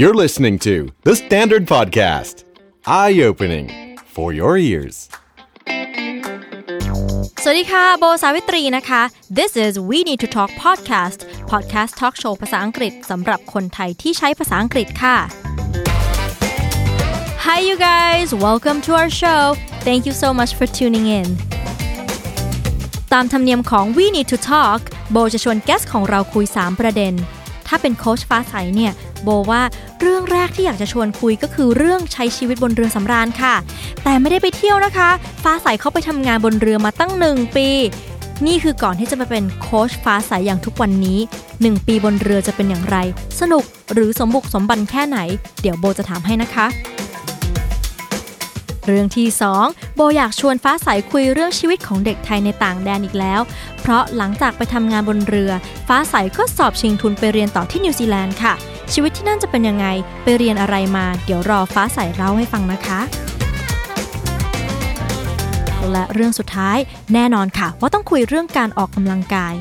You're listening to The Standard Podcast. Eye opening for your ears. สวัสดีค่ะ โบสาวิตรีนะคะ This is We Need to Talk podcast podcast talk show ภาษาอังกฤษสำหรับคนไทยที่ใช้ภาษาอังกฤษค่ะ Hi you guys welcome to our show thank you so much for tuning in ตามธรรมเนียมของ We Need to Talk โบจะชวนแกสของเราคุย 3 ประเด็น ถ้าเป็นโค้ชฟ้าใสเนี่ย โบว่าเรื่องแรกที่อยากจะชวนคุยก็คือเรื่องใช้ชีวิตบนเรือสำราญค่ะ แต่ไม่ได้ไปเที่ยวนะคะ ฟ้าใสเขาไปทำงานบนเรือมาตั้ง 1 ปี นี่คือก่อนที่จะมาเป็นโค้ชฟ้าใสอย่างทุกวันนี้ 1 ปีบนเรือจะเป็นอย่างไร สนุกหรือสมบุกสมบันแค่ไหน เดี๋ยวโบจะถามให้นะคะ เรื่องที่ 2 โบอยากชวนฟ้าใสคุยเรื่องชีวิตของเด็กไทยในต่างแดนอีกแล้ว เพราะหลังจากไปทำงานบนเรือ ฟ้าใสก็สอบชิงทุนไปเรียนต่อที่นิวซีแลนด์ค่ะ ชีวิตที่นั่นจะเป็นยังไง ไปเรียนอะไรมา เดี๋ยวรอฟ้าใสเล่าให้ฟังนะคะ และเรื่องสุดท้ายแน่นอนค่ะ ว่าต้องคุยเรื่องการออกกำลังกาย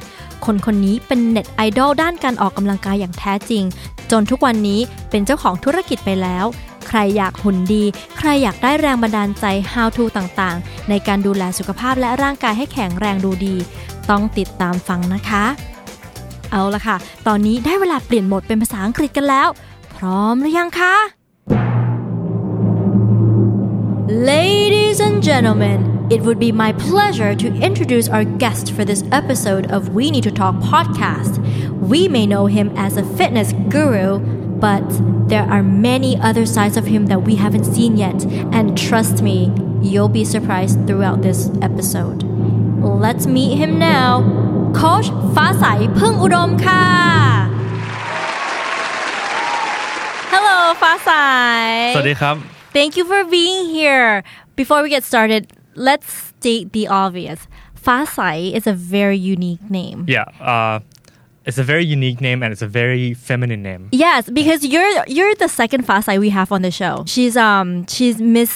คนคนนี้เป็นเน็ตไอดอลด้านการออกกำลังกายอย่างแท้จริง จนทุกวันนี้เป็นเจ้าของธุรกิจไปแล้ว ใครอยากหุ่นดี ใครอยากได้แรงบันดาลใจ How to ต่างๆ ในการดูแลสุขภาพและร่างกายให้แข็งแรงดูดี ต้องติดตามฟังนะคะ เอาละค่ะ ตอนนี้ได้เวลาเปลี่ยนโหมดเป็นภาษาอังกฤษกันแล้ว พร้อมหรือยังคะ Ladies and gentlemen, it would be my pleasure to introduce our guest for this episode of We Need to Talk podcast. We may know him as a fitness guru, but there are many other sides of him that we haven't seen yet, and trust me, you'll be surprised throughout this episode. Let's meet him now. Coach Fasai Pung Udom Ka. Hello, Fasai. สวัสดีครับ Thank you for being here. Before we get started, let's state the obvious. Fasai is a very unique name. yeah uh, it's a very unique name and it's a very feminine name Yes, because you're you're the second Fasai we have on the show. She's um she's Miss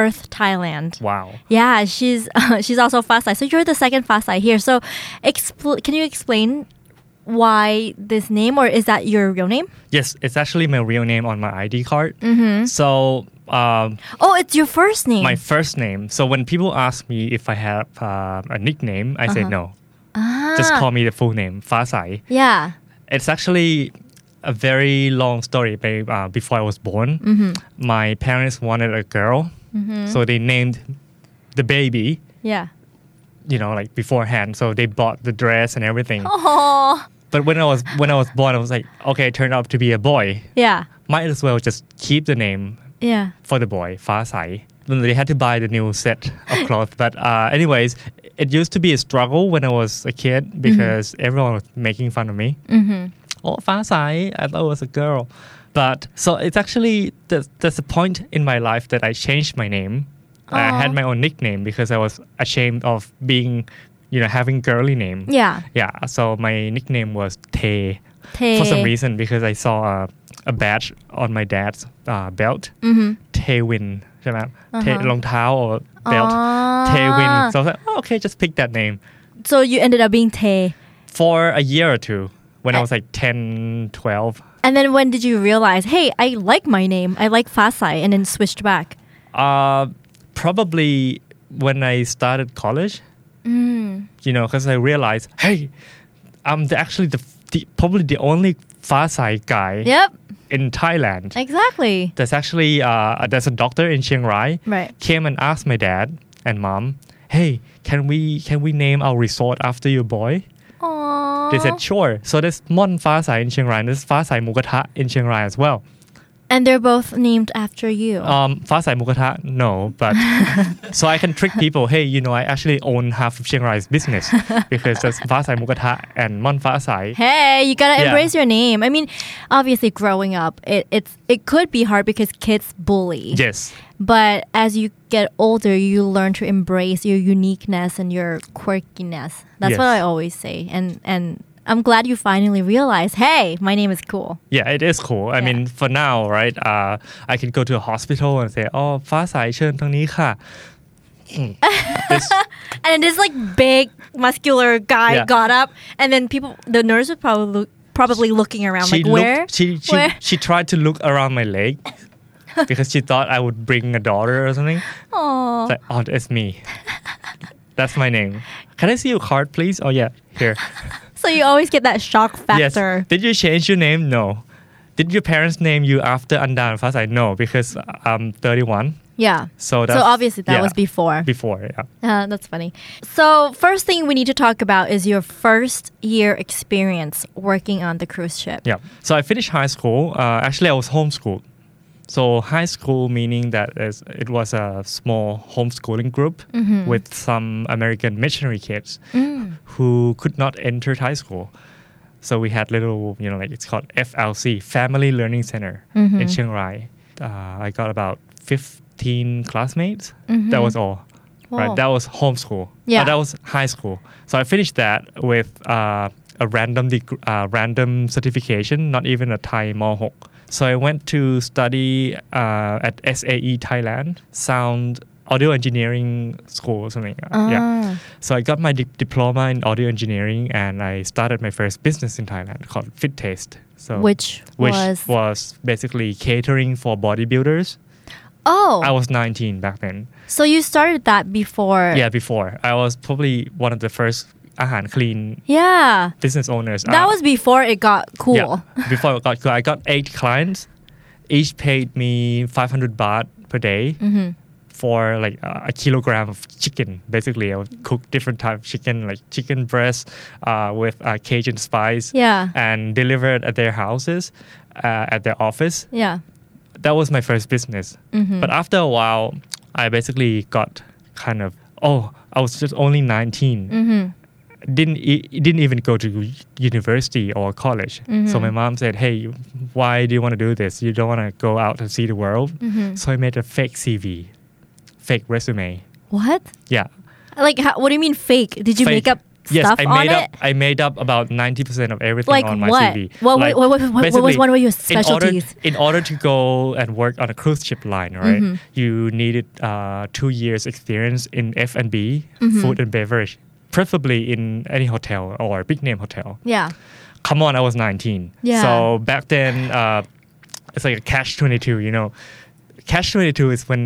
Earth Thailand. wow Yeah, she's she's also Fasai. So you're the second Fasai here. So, expl- can you explain why this name, or is that your real name? yes it's actually my real name on my ID card mm-hmm. so um, Oh, it's your first name. my first name so when people ask me if I have um a nickname I say no just call me the full name Fasai yeah. it's actually a very long story babe. Uh, before I was born, my parents wanted a girl, so they named the baby. Yeah. You know, like beforehand, so they bought the dress and everything. Oh. But when I was when I was born, I was like, okay, it turned out to be a boy. Yeah. Might as well just keep the name Yeah. for the boy, Fasai. Then they had to buy the new set of clothes. But uh, anyways, it used to be a struggle when I was a kid because everyone was making fun of me. Mm-hmm. Oh, Fasai, I thought I was a girl. But so it's actually there's, there's a point in my life that I changed my name. I had my own nickname because I was ashamed of being, you know, having girly name. Yeah. Yeah, so my nickname was Tay Tay. for some reason because I saw a, a badge on my dad's uh, belt. Mm-hmm. Taywin, right? Tay, long tao or belt. Uh-huh. Ah. Taywin. So I was like, oh, okay, just pick that name. So you ended up being Tay. For a year or two, when I, I- was like 10, 12, And then when did you realize, hey, I like my name, I like Fasai, and then switched back? uh, probably when I started college, Mm. you know, because I realized, hey, I'm the, actually the, the probably the only Fasai guy Yep, in Thailand. exactly. there's actually uh, there's a doctor in Chiang Rai Right. came and asked my dad and mom, hey, can we can we name our resort after your boy? Aww. They said sure. So there's Mon Fa Sai in Chiang Rai, and there's Fa Sai Mukata in Chiang Rai as well. and they're both named after you. Um, Fa Sai Mukata, no, but so I can trick people. Hey, you know, I actually own half of Chiang Rai's business because there's Fa Sai Mukata and Mon Fa Sai. hey, you gotta Yeah. embrace your name. I mean, obviously, growing up, it, it's it could be hard because kids bully. Yes, But as you get older, you learn to embrace your uniqueness and your quirkiness. That's what Yes. I always say. And and I'm glad you finally realized, hey, my name is cool. Yeah, it is cool. I Yeah. mean, for now, right? Uh, I can go to a hospital and say, "Oh, ฟ้าสายเชิญทางนี้ค่ะ Hmm. And this like big muscular guy Yeah. got up, and then people, the nurse would probably look, probably looking around she like where looked, she she, where she tried to look around my leg because she thought I would bring a daughter or something. oh It's like, oh, it's me. That's my name. Can I see your card, please? Oh yeah, here. so you always get that shock factor Yes. Did you change your name? No. Did your parents name you after Andan Fasai? No, because um, I'm 31. yeah So so that's- obviously that yeah. was before Before, yeah. Uh, that's funny. So, first thing we need to talk about is your first year experience working on the cruise ship. Yeah. So I finished high school. Uh, actually, I was homeschooled. So high school meaning that is, it was a small homeschooling group with some American missionary kids who could not enter high school. So we had little, you know, like it's called FLC, Family Learning Center in Chiang Rai. Uh, I got about 15 classmates. That was all. Right. Wow. That was homeschool. Uh, Yeah. that was high school. So I finished that with uh, a random deg- uh, random certification, not even a Thai Mohawk. So I went to study uh, at SAE Thailand, Sound Audio Engineering School or something. Ah. uh, Yeah. So I got my di- diploma in audio engineering, and I started my first business in Thailand called Fit Taste. So Which which was- was basically catering for bodybuilders. Oh, I was 19 back then. so you started that before? Yeah, before I was probably one of the first Ahan Clean Yeah. business owners. That Uh, was before it got cool. Yeah, before I got cool, I got eight clients. Each paid me 500 baht per day Mm-hmm. for like a a kilogram of chicken. Basically, I would cook different type of chicken, like chicken breast uh, with uh, Cajun spice, Yeah. and deliver it at their houses, uh, at their office Yeah. that was my first business. Mm-hmm. But after a while, I basically got kind of oh, I was just only 19 Mm-hmm. Didn't e- didn't even go to u- university or college. Mm-hmm. So my mom said, "Hey, why do you want to do this? You don't want to go out and see the world." Mm-hmm. So I made a fake CV, fake resume. What? Yeah, Like, how, what do you mean fake? Did you fake. make up yes, stuff I on made it? up. I made up about ninety percent of everything Like on my what? CV. What- Like, what- what- what- what was basically, one of your In specialties? order, in order to go and work on a cruise ship line, right? Mm-hmm. You needed uh, two years experience in F and B, Mm-hmm. food and beverage, preferably in any hotel or big name hotel. yeah. Come on, I was nineteen. Yeah. So back then, uh, it's like a catch twenty two. You know, catch twenty two is when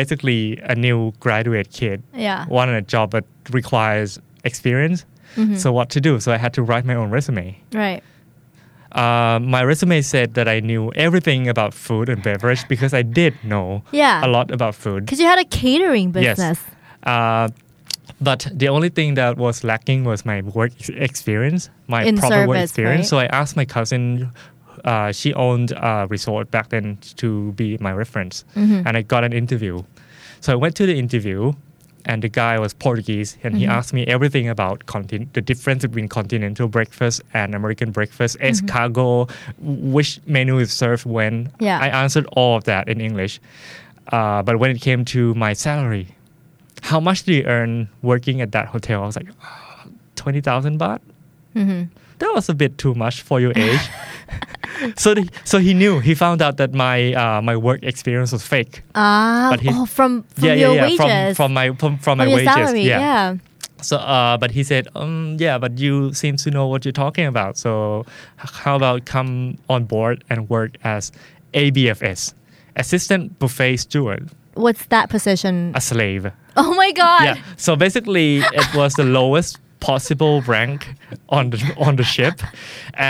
basically a new graduate kid Yeah. wanted a job that requires experience. Mm-hmm. So what to do? So I had to write my own resume. Right. Uh, my resume said that I knew everything about food and beverage because I did know Yeah. a lot about food. Because you had a catering business. Yes. Uh, but the only thing that was lacking was my work ex- experience, my In proper work service, experience. right? So I asked my cousin. Uh, she owned a resort back then to be my reference, Mm-hmm. and I got an interview. So I went to the interview, and the guy was Portuguese, and he asked me everything about contin- the difference between continental breakfast and American breakfast, escargot, which menu is served when. Yeah. I answered all of that in English. Uh, but when it came to my salary, how much do you earn working at that hotel? I was like, twenty thousand baht. That was a bit too much for your age. so, the, so he knew. He found out that my uh, my work experience was fake. Ah, But he- oh, from, from your From wages. from my from, from my From your wages. salary. yeah. So, uh, but he said, um, yeah, but you seem to know what you're talking about. So, h- how about come on board and work as ABFS, assistant buffet steward, What's that position? a slave. Oh my god. Yeah. So basically, it was the lowest possible rank on the on the ship,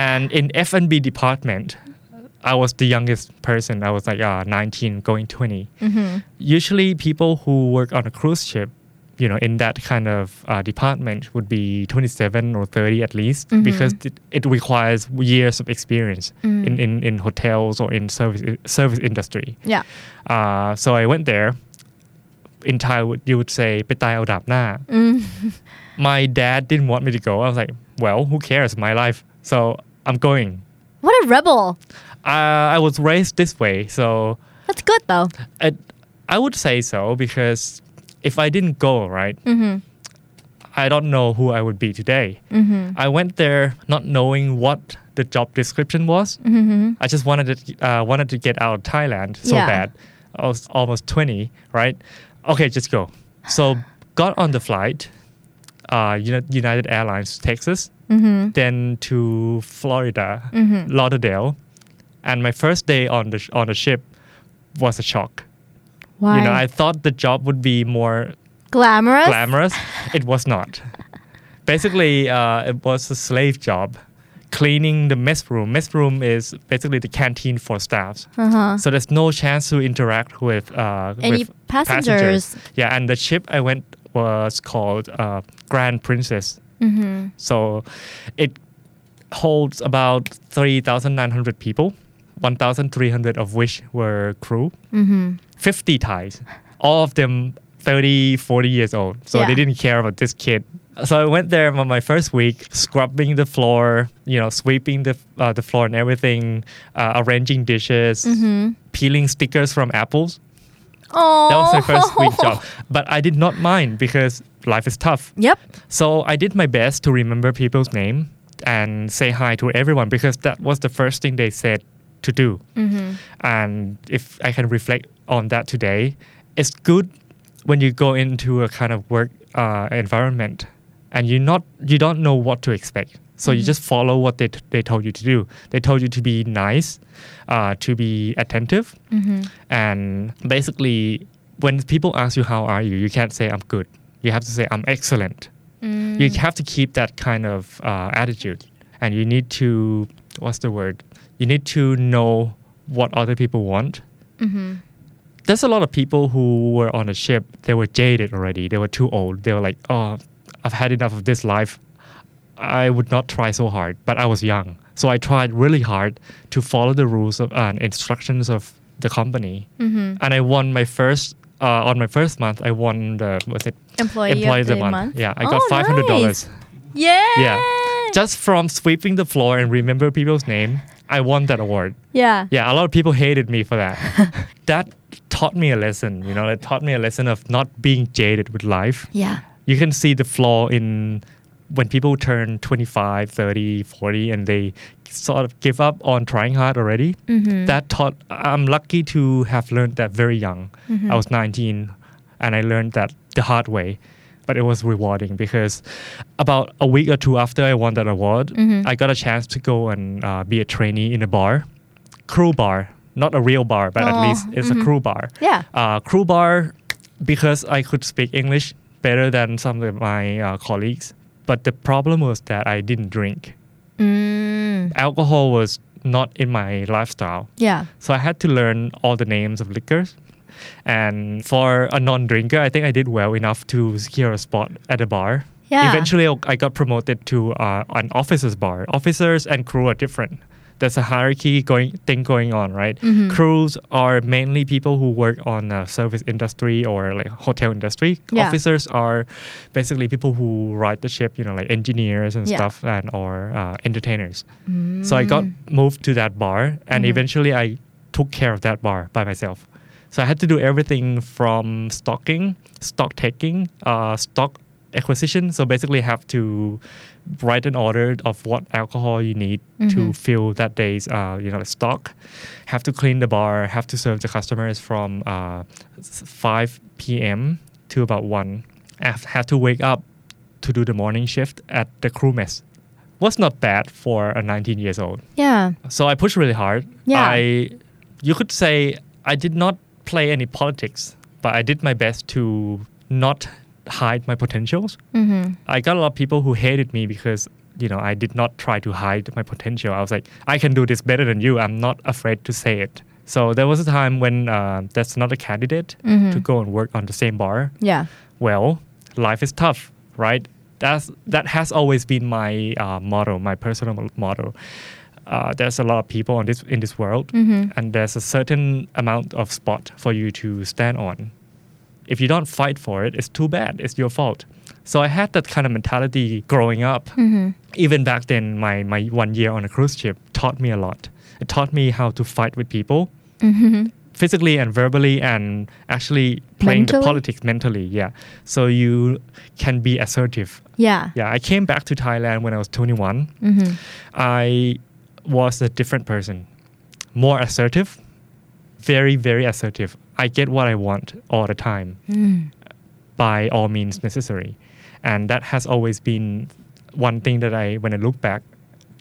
and in F and B department, I was the youngest person. I was like uh, 19, going 20. Usually, people who work on a cruise ship. You know, in that kind of uh, department would be 27 or 30 at least, because it, it requires years of experience in, in, in hotels or in service service industry. Yeah. Uh, so I went there. In Thai, would- you would say "ไปตายเอาดาบหน้า." My dad didn't want me to go. I was like, "Well, who cares? My life." So I'm going. What a rebel. Uh, I was raised this way, so That's good though. it, I would say so because if I didn't go, right, I don't know who I would be today. I went there not knowing what the job description was. I just wanted to uh, wanted to get out of Thailand so Yeah. bad. I was almost twenty, right? Okay, just go. So got on the flight, uh, Uni- United Airlines Texas. then to Florida, Lauderdale, and my first day on the sh- on the ship was a shock. Why? You know, I thought the job would be more glamorous. glamorous. It was not. Basically, uh, it was a slave job, cleaning the mess room. Mess room is basically the canteen for staffs. So there's no chance to interact with uh, Uh-huh. Any with passengers. Yeah, and the ship I went was called uh, Grand Princess. Mm-hmm. So it holds about three thousand nine hundred people. 1,300 of which were crew. 50 Thais, all of them 30, 40 years old. So Yeah. they didn't care about this kid. So I went there on my first week, scrubbing the floor, you know, sweeping the, uh, the floor and everything, uh, arranging dishes, peeling stickers from apples. Oh, That was my first week job. But I did not mind because life is tough. Yep. So I did my best to remember people's name and say hi to everyone because that was the first thing they said to do. And if I can reflect on that today, it's good when you go into a kind of work uh, environment and you not you don't know what to expect. So you just follow what they, t- they told you to do. They told you to be nice, uh, to be attentive, and basically when people ask you how are you, you can't say I'm good. You have to say I'm excellent you Mm. have to keep that kind of uh, attitude and you need to what's the word you need to know what other people want there's a lot of people who were on the ship they were jaded already they were too old they were like oh i've had enough of this life i would not try so hard but i was young so i tried really hard to follow the rules of, and instructions of the company Mm-hmm. and i won my first uh, on my first month i won the was it Employee of the month? yeah i Oh, got $500 nice. Yeah. yeah just from sweeping the floor and remember people's name i won that award yeah. yeah, a lot of people hated me for that. that taught me a lesson, you know, it taught me a lesson of not being jaded with life. Yeah. You can see the flaw in when people turn 25, 30, 40 and they sort of give up on trying hard already. That taught I'm lucky to have learned that very young. I was 19 and I learned that the hard way. But it was rewarding because about a week or two after I won that award, I got a chance to go and uh, be a trainee in a bar crew bar, not a real bar, but Oh, at least it's a crew bar. Yeah. Uh, crew bar, because I could speak English better than some of my uh, colleagues, but the problem was that I didn't drink. Mm. Alcohol was not in my lifestyle, Yeah. so I had to learn all the names of liquors. And for a non-drinker, I think I did well enough to secure a spot at a bar. Yeah. Eventually, I- I got promoted to uh, an officer's bar. Officers and crew are different. There's a hierarchy going thing going on, right? Mm-hmm. Crews are mainly people who work on uh, service industry or like hotel industry. Yeah. Officers are basically people who ride the ship, you know, like engineers and Yeah. stuff, and or uh, entertainers. So I got moved to that bar, and eventually I took care of that bar by myself. So I had to do everything from stocking, stock taking, uh, stock acquisition. So basically, have to write an order of what alcohol you need to fill that day's uh, you know like stock. Have to clean the bar. Have to serve the customers from uh, s- 5 p.m. to about one. I have to wake up to do the morning shift at the crew mess. Was not bad for a 19 years old. Yeah. So I pushed really hard. Yeah. I, you could say I did not play any politics, but I did my best to not hide my potentials. Mm-hmm. I got a lot of people who hated me because you know I did not try to hide my potential. I was like, I can do this better than you. I'm not afraid to say it. So there was a time when uh, that's not a candidate Mm-hmm. to go and work on the same bar Yeah. well, life is tough, right? That's that has always been my uh, motto, my personal mo- motto. Uh, there's a lot of people on this in this world, and there's a certain amount of spot for you to stand on. If you don't fight for it, it's too bad. It's your fault. So I had that kind of mentality growing up. Even back then, my my one year on a cruise ship taught me a lot. It taught me how to fight with people, physically and verbally, and actually playing the Mentally? politics politics mentally. Yeah. So you can be assertive. Yeah. Mm-hmm. Yeah. I came back to Thailand when I was 21. I was a different person, more assertive, very, very assertive. I get what I want all the time by all means necessary. And that has always been one thing that I, when I look back,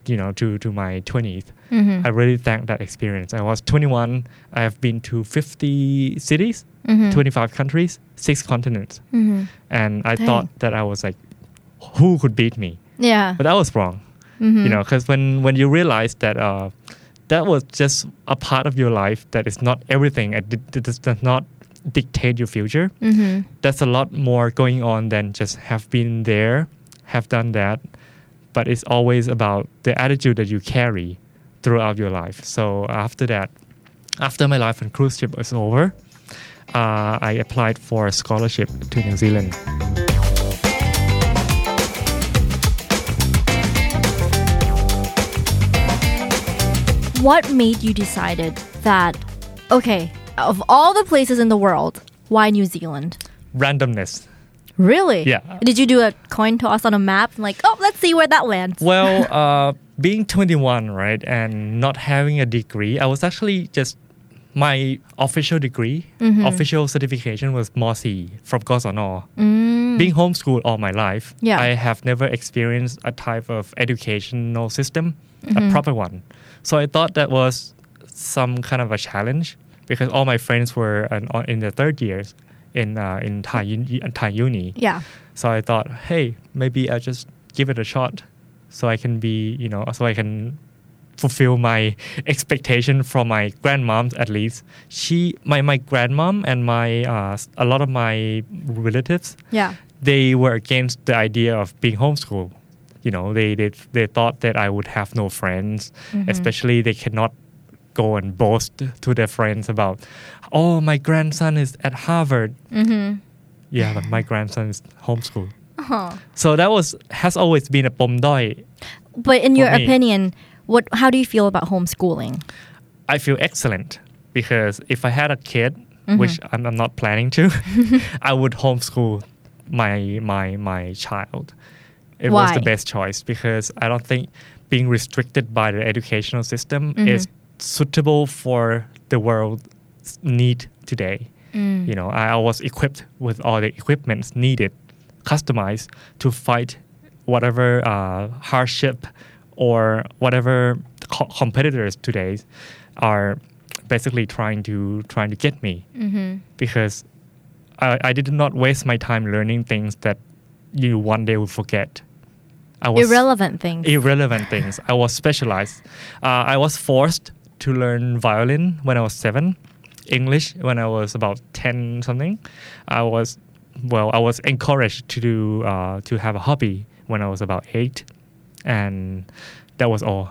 you know, to, to my 20th, I really thank that experience. I was 21. I have been to 50 cities, 25 countries, six continents. Mm-hmm. And I Mm. Dang. thought that I was like, who could beat me? Yeah. But I was wrong. You know, because when, when you realize that uh, that was just a part of your life that is not everything, it, d- it does does not dictate your future, Mm-hmm. that's a lot more going on than just have been there, have done that. But it's always about the attitude that you carry throughout your life. So after that, after my life and cruise ship was over, uh, I applied for a scholarship to New Zealand. What made you decided that okay, of all the places in the world, why New Zealand? Randomness. Really? Yeah. Did you do a coin toss on a map and like, oh, let's see where that lands? Well, uh, being 21, right, and not having a degree, I was actually just my official degree, official certification was MOSI from Gosano. Being homeschooled all my life, Yeah. I have never experienced a type of educational system, a proper one. So I thought that was some kind of a challenge because all my friends were an, in their third years in uh, in Thai, uni- Thai uni. Yeah. So I thought, hey, maybe I'll just give it a shot so I can be, you know, so I can fulfill my expectation from my grandmoms at least. She, my, my grandmom and my, uh, s- a lot of my relatives, Yeah. they were against the idea of being homeschooled. You know, they, they, they thought that I would have no friends, especially they cannot go and boast to their friends about, oh, my grandson is at Harvard. Mm-hmm. Yeah, but my grandson is homeschooled. Uh-huh. So that was has always been a pom doi. But in your me. opinion, what how do you feel about homeschooling? I feel excellent because if I had a kid, which I'm, I'm not planning to, I would homeschool my my my child. It was the Why? best choice because I don't think being restricted by the educational system is suitable for the world's need today. You know, I I was equipped with all the equipments needed, customized to fight whatever uh, hardship or whatever co- competitors today are basically trying to trying to get me Mm. because I, I did not waste my time learning things that you one day will forget. I was Irrelevant things. irrelevant things. I was specialized. Uh, I was forced to learn violin when I was seven, English when I was about ten something. I was well, I was encouraged to do uh, to have a hobby when I was about eight, and that was all.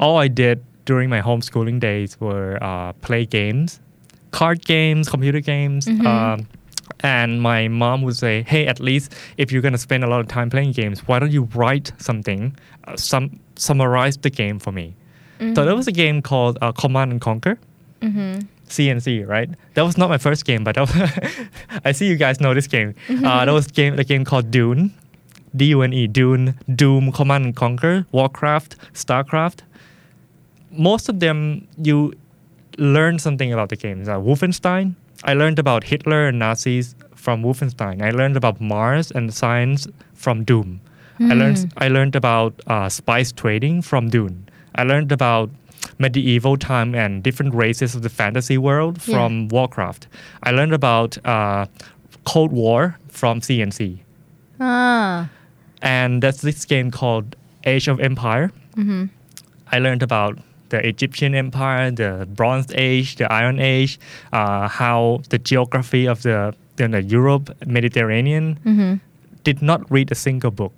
All I did during my homeschooling days were uh, play games, card games, computer games. Um, and my mom would say, "Hey, at least if you're gonna spend a lot of time playing games, why don't you write something, uh, some summarize the game for me?" So there was a game called uh, Command and Conquer, CNC, right? That was not my first game, but that was I see you guys know this game. Uh, that was game the game called Dune, D U N E, Dune, Doom, Command and Conquer, Warcraft, Starcraft. Most of them you learn something about the games. Uh, Wolfenstein, I learned about Hitler and Nazis from Wolfenstein. I learned about Mars and science from Doom. Hmm. I learned I learned about uh, spice trading from Dune. I learned about medieval time and different races of the fantasy world Yeah. from Warcraft. I learned about uh, Cold War from CNC Ah. and that's this game called Age of Empire. I learned about the Egyptian Empire, the Bronze Age, the Iron Age, uh, how the geography of the, the, the Europe, Mediterranean. Did not read a single book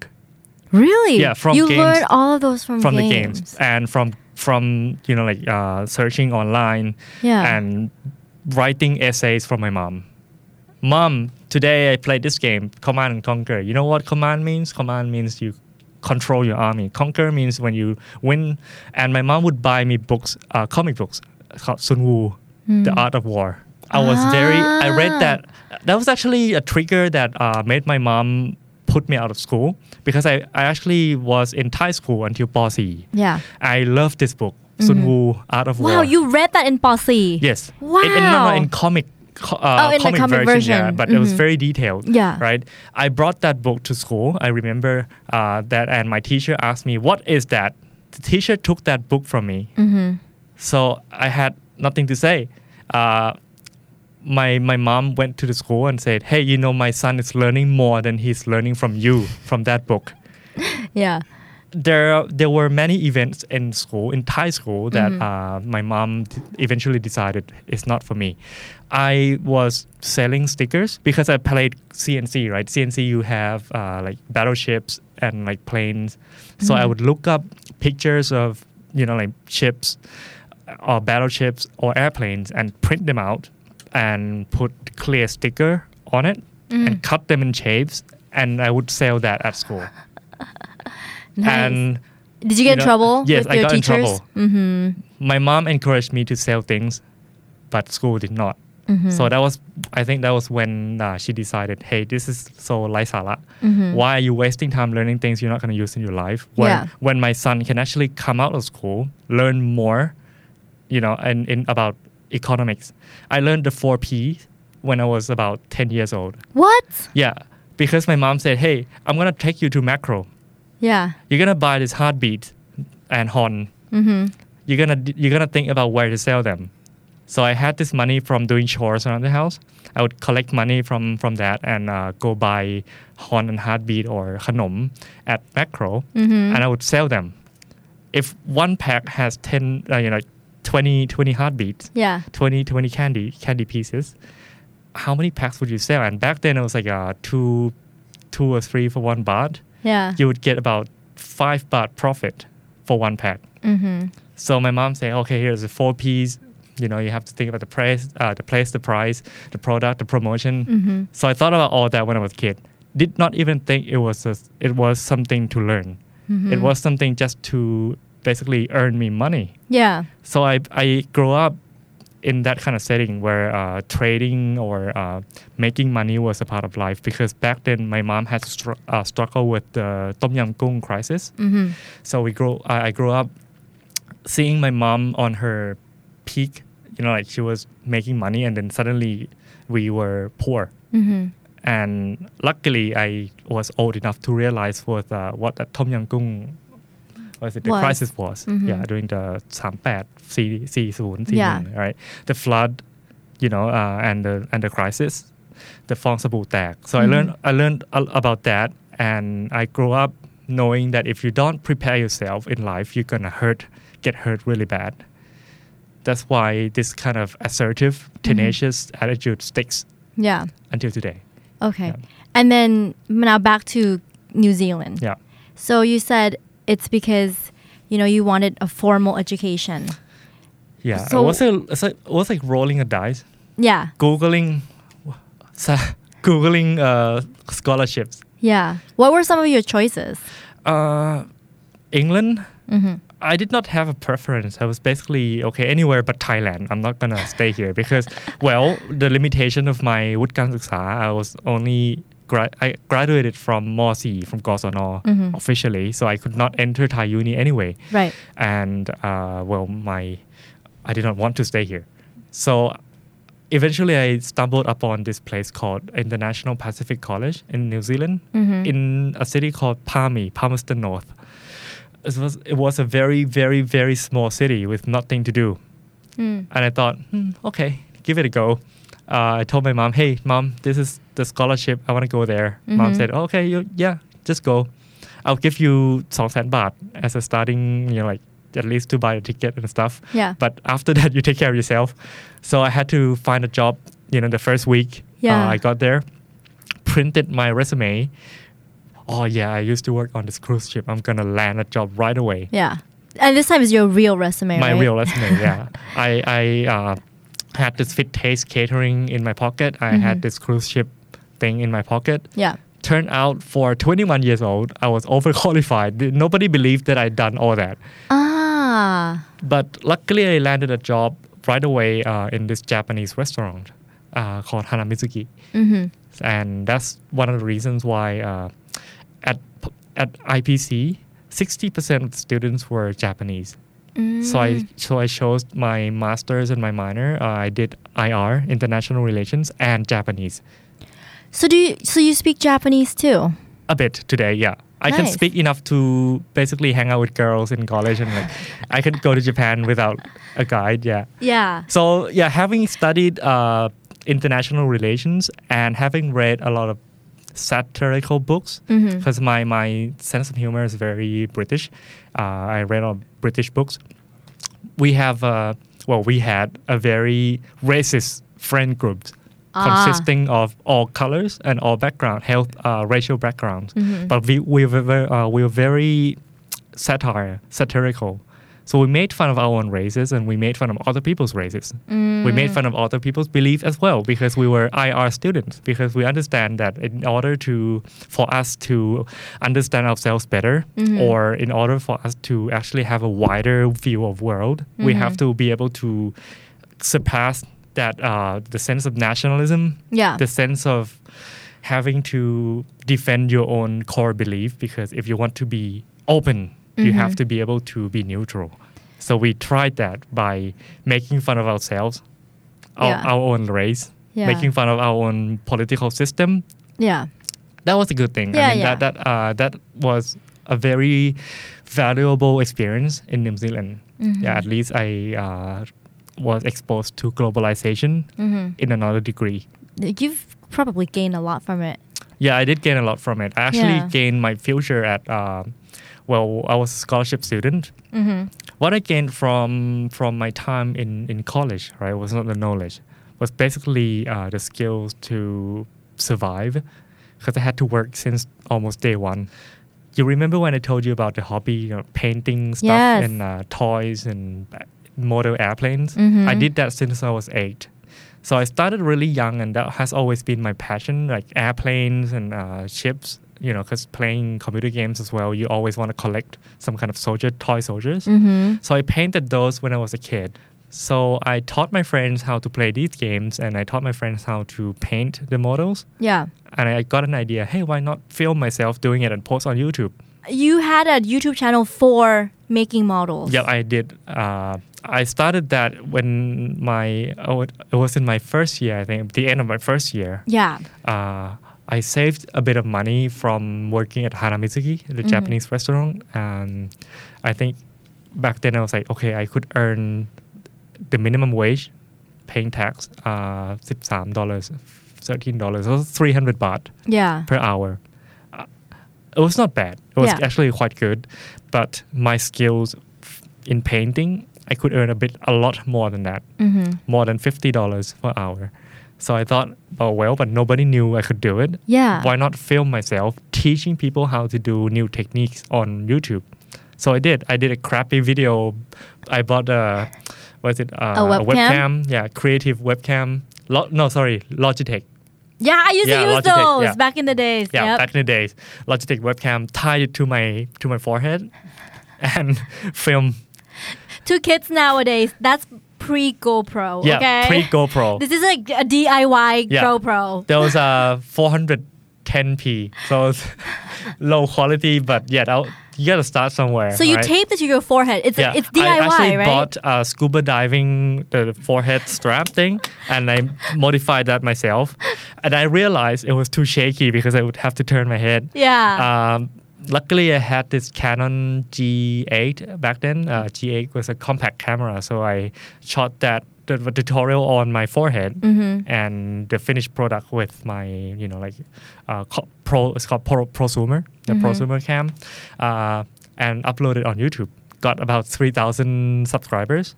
Really? Yeah, from you games- learn all of those from, from games. the games and from from you know like uh, searching online Yeah. and writing essays from my mom. Mom, today I played this game, Command and Conquer. You know what command means? Command means you control your army. Conquer means when you win. And my mom would buy me books, uh, comic books called Sun Wu, The Hmm. Art of War. I was very, I read that. That was actually a trigger that uh, made my mom put me out of school because I, I actually was in Thai school until Bossy. Yeah. E. I love this book, Sun Wu, Art of War. Wow, you read that in Posse. Yes. Wow. It, it- no, no, in comic co- uh, Oh, in the comic, comic version, yeah, version. Mm-hmm. but it was very detailed. Yeah. Right. I brought that book to school. I remember uh, that, and my teacher asked me, "What is that?" The teacher took that book from me, Mm-hmm. so I had nothing to say. Uh, my my mom went to the school and said, "Hey, you know, my son is learning more than he's learning from you from that book." yeah. there there were many events in school in Thai school that uh, my mom d- eventually decided it's not for me. I was selling stickers because I played CNC right. CNC you have uh, like battleships and like planes, so I would look up pictures of you know like ships uh, or battleships or airplanes and print them out and put clear sticker on it and cut them in shapes and I would sell that at school. Nice. And Did you get in know, trouble yes, with I your got in teachers? Mm. Mm-hmm. trouble. my mom encouraged me to sell things, but school did not. Mm-hmm. So that was, I think that was when uh, she decided, hey, this is so laisala. Why are you wasting time learning things you're not going to use in your life? When, Mm-hmm. Yeah. when my son can actually come out of school, learn more, you know, and in about economics. I learned the four P when I was about 10 years old. What? Yeah, because my mom said, hey, I'm going to take you to macro. Yeah. you're gonna buy this heartbeat and horn. You're gonna you're gonna think about where to sell them. So I had this money from doing chores around the house. I would collect money from from that and uh, go buy horn and heartbeat or khanom at Macro, and I would sell them. If one pack has ten, uh, you know, 20, 20 heartbeats, Yeah. 20, 20 candy candy pieces, how many packs would you sell? And back then it was like uh, two, two or three for one baht Yeah. you would get about five baht profit for one pack. So my mom said, okay, here's the four P's. You know, you have to think about the price, uh, the place, the price, the product, the promotion. So I thought about all that when I was a kid. Did not even think it was a, it was something to learn. It was something just to basically earn me money. yeah. So I I grew up in that kind of setting where uh, trading or uh, making money was a part of life because back then my mom had str- uh, struggled with the tom yum goong crisis. So we grew I I grew up seeing my mom on her peak. You know, like she was making money, and then suddenly we were poor. Mm-hmm. And luckily, I was old enough to realize what uh, what that tom yum goong was it the Was. Mm-hmm. crisis was. Yeah, during the 38, 40, 40, Yeah. 41, right? The flood, you know, uh, and the and the crisis, the Fong Sabu attack. So Mm-hmm. I learned I learned a- about that, and I grew up knowing that if you don't prepare yourself in life, you're gonna hurt, get hurt really bad. That's why this kind of assertive, Mm-hmm. tenacious attitude sticks Yeah. until today. Okay. Yeah. And then now back to New Zealand. Yeah. So you said it's because you know you wanted a formal education. Yeah, So- it was a, it's like, it was like rolling a dice. Yeah. googling sa- googling uh, scholarships Yeah. What were some of your choices? uh, england Mm-hmm. i did not have a preference i was basically okay anywhere but thailand i'm not gonna stay here because well the limitation of my วุฒิการศึกษา i was only gra- I graduated from Morsi from Gosono officially, so I could not enter Thai uni anyway. Mm-hmm. Right. and uh, well, my I did not want to stay here. So eventually, I stumbled upon this place called International Pacific College in New Zealand, in a city called Palmy, Palmerston North. It was it was a very very very small city with nothing to do, Mm. and I thought, hmm, okay, give it a go. Uh, I told my mom, hey, mom, this is the scholarship. I want to go there. Mm-hmm. Mom said, "Oh, okay, you, yeah, just go. I'll give you 2,000 baht as a starting, you know, like at least to buy a ticket and stuff. Yeah. But after that, you take care of yourself. So I had to find a job, you know, the first week uh, Yeah. I got there, printed my resume. Oh, yeah, I used to work on this cruise ship. I'm going to land a job right away. Yeah. And this time is your real resume, My right? real resume, yeah. I, I uh, had this fit taste catering in my pocket. I had this cruise ship thing in my pocket. Yeah. Turned out for 21 years old, I was overqualified. Nobody believed that I'd done all that. Ah. But luckily, I landed a job right away uh, in this Japanese restaurant uh, called Hanamizuki. Mm-hmm. And that's one of the reasons why uh, at, at IPC, 60% of the students were Japanese. Mm. So I so I chose my masters and my minor. Uh, I did IR, international relations, and Japanese. So do you, so you speak Japanese too? A bit today, yeah. I can Nice. speak enough to basically hang out with girls in college, and like I could go to Japan without a guide. Yeah. Yeah. So yeah, having studied uh, international relations and having read a lot of satirical books, because my my sense of humor is very British. Uh, I read all British books. We have uh, well, we had a very racist friend group. Ah. Consisting of all colors and all background, health, uh, racial backgrounds, but we we were very, uh, we were very satire, satirical. So we made fun of our own races and we made fun of other people's races. We made fun of other people's belief as well because we were IR students because we understand that in order to for us to understand ourselves better or in order for us to actually have a wider view of world, we have to be able to surpass that uh, the sense of nationalism Yeah. the sense of having to defend your own core belief because if you want to be open, you Mm-hmm. have to be able to be neutral. So we tried that by making fun of ourselves, our, Yeah. our own race, Yeah. making fun of our own political system. Yeah. That was a good thing. Yeah, I mean, yeah. that that uh, that was a very valuable experience in New Zealand. Mm-hmm. Yeah, at least I uh, was exposed to globalization Mm. Mm-hmm. in another degree. You've probably gained a lot from it. Yeah, I did gain a lot from it. I actually Yeah. gained my future at, uh, well, I was a scholarship student. Mm-hmm. What I gained from from my time in, in college, right, was not the knowledge, was basically uh, the skills to survive, because I had to work since almost day one. You remember when I told you about the hobby, you know, painting stuff Yes. and uh, toys and model airplanes? Mhm. I did that since I was eight. So I started really young, and that has always been my passion, like airplanes and uh, ships. You know, because playing computer games as well, you always want to collect some kind of soldier toy soldiers. Mm-hmm. So I painted those when I was a kid. So I taught my friends how to play these games, and I taught my friends how to paint the models. Yeah. And I got an idea. Hey, why not film myself doing it and post on YouTube? You had a YouTube channel for making models. Yeah, I did. Uh, I started that when my oh, it it was in my first year, I think, the end of my first year. Yeah. Uh, I saved a bit of money from working at Hanamizuki, the Japanese restaurant, and I think back then I was like, okay, I could earn the minimum wage, paying tax, uh, $13, $13, so 300 baht Yeah. per hour. Uh, It was not bad. It was Yeah. actually quite good, but my skills f- in painting, I could earn a bit, a lot more than that, Mm-hmm. more than fifty dollars per hour. So I thought, oh well, but nobody knew I could do it. Yeah. Why not film myself teaching people how to do new techniques on YouTube? So I did. I did a crappy video. I bought a, was it uh, webcam? webcam? Yeah, creative webcam. Lo- no, sorry, Logitech. Yeah, I used Yeah, to use Logitech, those yeah. back in the days. Yeah, yep. back in the days, Logitech webcam tied it to my to my forehead, and film. to kids nowadays, that's pre GoPro. Yeah, okay? pre GoPro. This is like a DIY Yeah. GoPro. There was uh, a 410p, so it's low quality, but yeah, that, you gotta start somewhere. So you right? taped it to your forehead. It's Yeah, it's DIY, I actually right? bought a scuba diving the forehead strap thing, and I modified that myself. And I realized it was too shaky because I would have to turn my head. yeah. Um, luckily, I had this Canon G8 back then. Uh, G8 was a compact camera, so I shot that the, the tutorial on my forehead and the finished product with my, you know, like uh, co- pro. It's called pro, prosumer, the prosumer cam, uh, and uploaded on YouTube. Got about three thousand subscribers.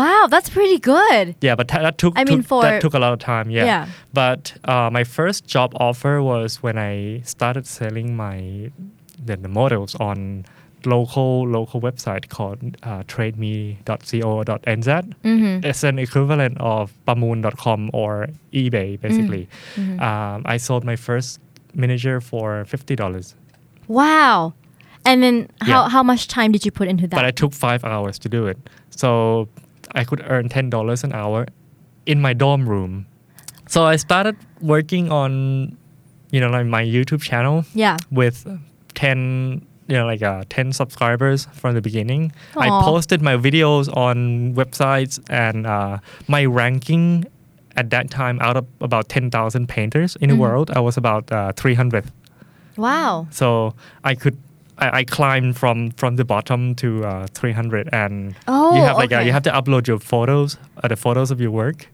wow, that's pretty good. Yeah, but that that took I mean, took- for- that took a lot of time. Yeah. Yeah. But uh, my first job offer was when I started selling my the, the models on local local website called uh, trademe.co.nz. Mm-hmm. It's an equivalent of pamoon.com or eBay basically. Mm-hmm. Um, I sold my first miniature for fifty dollars, Wow. And then how, Yeah. how much time did you put into that? but I took five hours to do it, so I could earn ten dollars an hour in my dorm room. So I started working on, you know, like my YouTube channel yeah. with ten you know like uh, 10 subscribers from the beginning i Aw. posted my videos on websites and uh, my ranking at that time out of about 10,000 painters in the world i was about uh, 300th Wow. so i could I, I climbed from from the bottom to uh, 300 and Oh, you have like uh, okay. you have to upload your photos uh, the photos of your work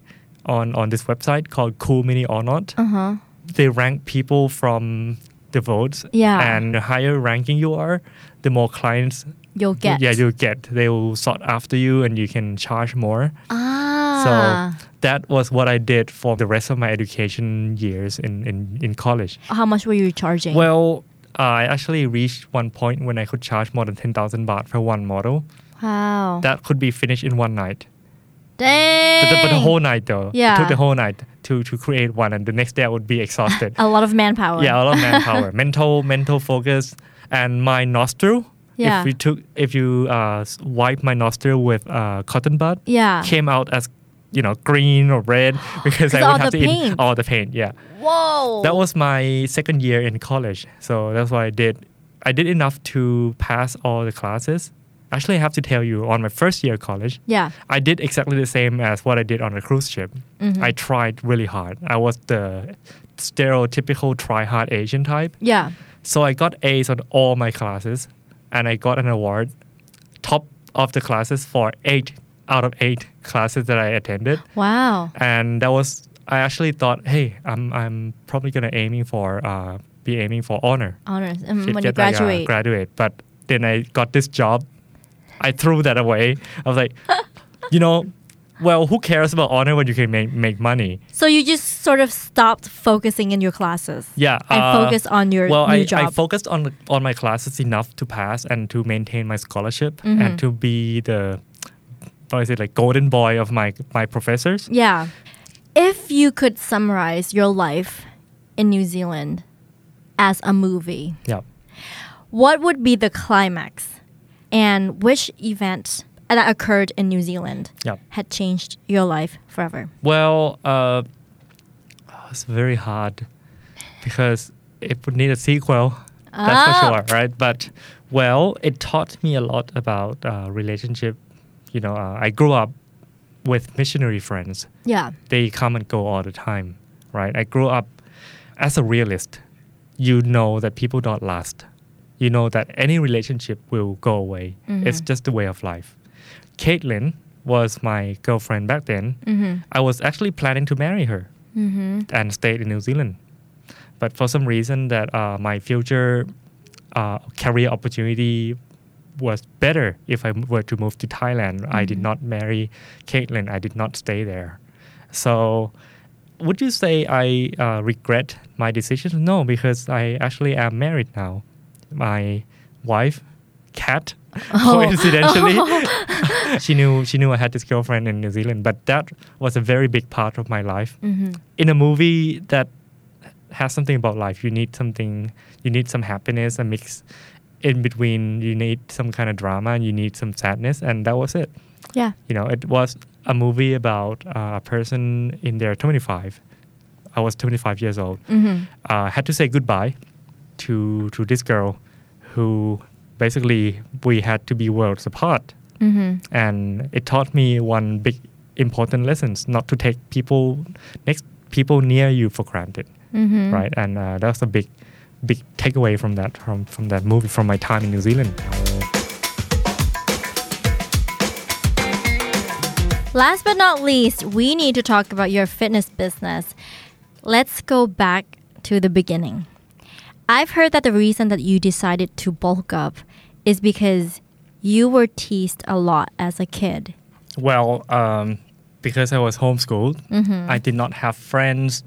on on this website called cool mini or not Uh huh. they rank people from the votes. Yeah. And the higher ranking you are, the more clients You'll get. yeah you'll get. They will sort after you and you can charge more. Ah. So that was what I did for the rest of my education years in, in, in college. how much were you charging? Well, I actually reached one point when I could charge more than 10,000 baht for one model. wow. That could be finished in one night. Dang. But the, but the whole night though. Yeah. It took the whole night to, to create one and the next day I would be exhausted. a lot of manpower. Yeah, a lot of manpower, mental, mental focus, and my nostril. Yeah. If you took, if you uh, s- wipe my nostril with uh, cotton bud, Yeah. came out as you know green or red because I all would have the to paint. eat all the paint. Yeah, Whoa. that was my second year in college, so that's what I did. I did enough to pass all the classes. Actually, I have to tell you, on my first year of college, Yeah. I did exactly the same as what I did on a cruise ship. I tried really hard. I was the stereotypical try hard Asian type. Yeah. So I got A's on all my classes and I got an award, top of the classes for eight out of eight classes that I attended. Wow. And that was, I actually thought, hey, I'm, I'm probably going to aiming for, uh, be aiming for honor. Honors. Um, Should when you get, like, uh, graduate. graduate. But then I got this job. I threw that away. I was like, you know, well, who cares about honor when you can make, make money? so you just sort of stopped focusing in your classes. Yeah, And uh, focus on your well, new I, job. I focused on on my classes enough to pass and to maintain my scholarship Mm-hmm. and to be the what is it like golden boy of my my professors. yeah. If you could summarize your life in New Zealand as a movie, Yeah. what would be the climax and which event that occurred in New Zealand Yeah. had changed your life forever? Well, uh, oh, it's very hard because it would need a sequel. That's Ah. for sure, right? But well, it taught me a lot about uh, relationship. You know, uh, I grew up with missionary friends. Yeah. they come and go all the time, right? I grew up as a realist. You know that people don't last. You know that any relationship will go away. It's just the way of life. Caitlin was my girlfriend back then. I was actually planning to marry her and stay in New Zealand, but for some reason that uh, my future uh, career opportunity was better if I were to move to Thailand. I did not marry Caitlin. I did not stay there. So, would you say I uh, regret my decision? No, because I actually am married now. My wife, Kat, coincidentally, she knew she knew I had this girlfriend in New Zealand. But that was a very big part of my life. In a movie that has something about life, you need something. You need some happiness, a mix in between. You need some kind of drama, and you need some sadness, and that was it Yeah. you know, it was a movie about uh, a person in their 25. I was 25 years old. Uh, had to say goodbye to to this girl, who basically we had to be worlds apart. Mm-hmm. And it taught me one big important lessons: not to take people next people near you for granted, right? And uh, that's a big big takeaway from that from from that movie from my time in New Zealand. Last but not least, we need to talk about your fitness business. Let's go back to the beginning. I've heard that the reason that you decided to bulk up is because you were teased a lot as a kid. Well, um, because I was homeschooled, I did not have friends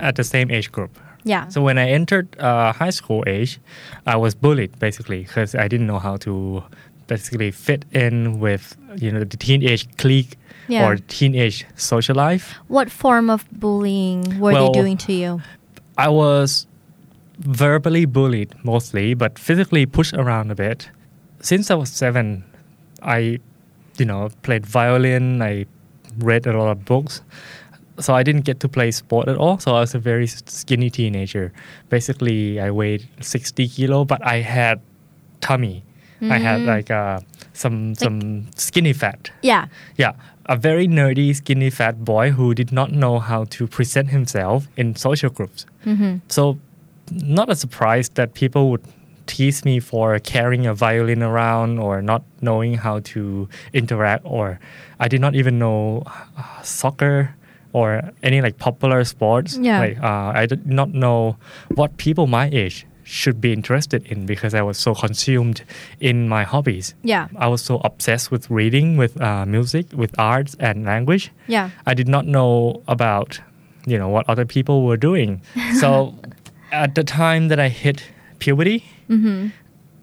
at the same age group. Yeah. So when I entered uh, high school age, I was bullied basically because I didn't know how to basically fit in with you know the teenage clique Yeah. or teenage social life. what form of bullying were Well, they doing to you? I was verbally bullied mostly, but physically pushed around a bit. Since I was seven, I, you know, played violin. I read a lot of books, so I didn't get to play sport at all. So I was a very s- skinny teenager. Basically, I weighed sixty kilo, but I had tummy. I had like uh, some some skinny fat. yeah Yeah, a very nerdy, skinny, fat boy who did not know how to present himself in social groups. Mm-hmm. So, not a surprise that people would tease me for carrying a violin around or not knowing how to interact, or I did not even know uh, soccer or any like popular sports. Yeah. Like, uh, I did not know what people my age should be interested in because I was so consumed in my hobbies. yeah I was so obsessed with reading, with uh, music, with arts and language. yeah I did not know about, you know, what other people were doing. So at the time that I hit puberty,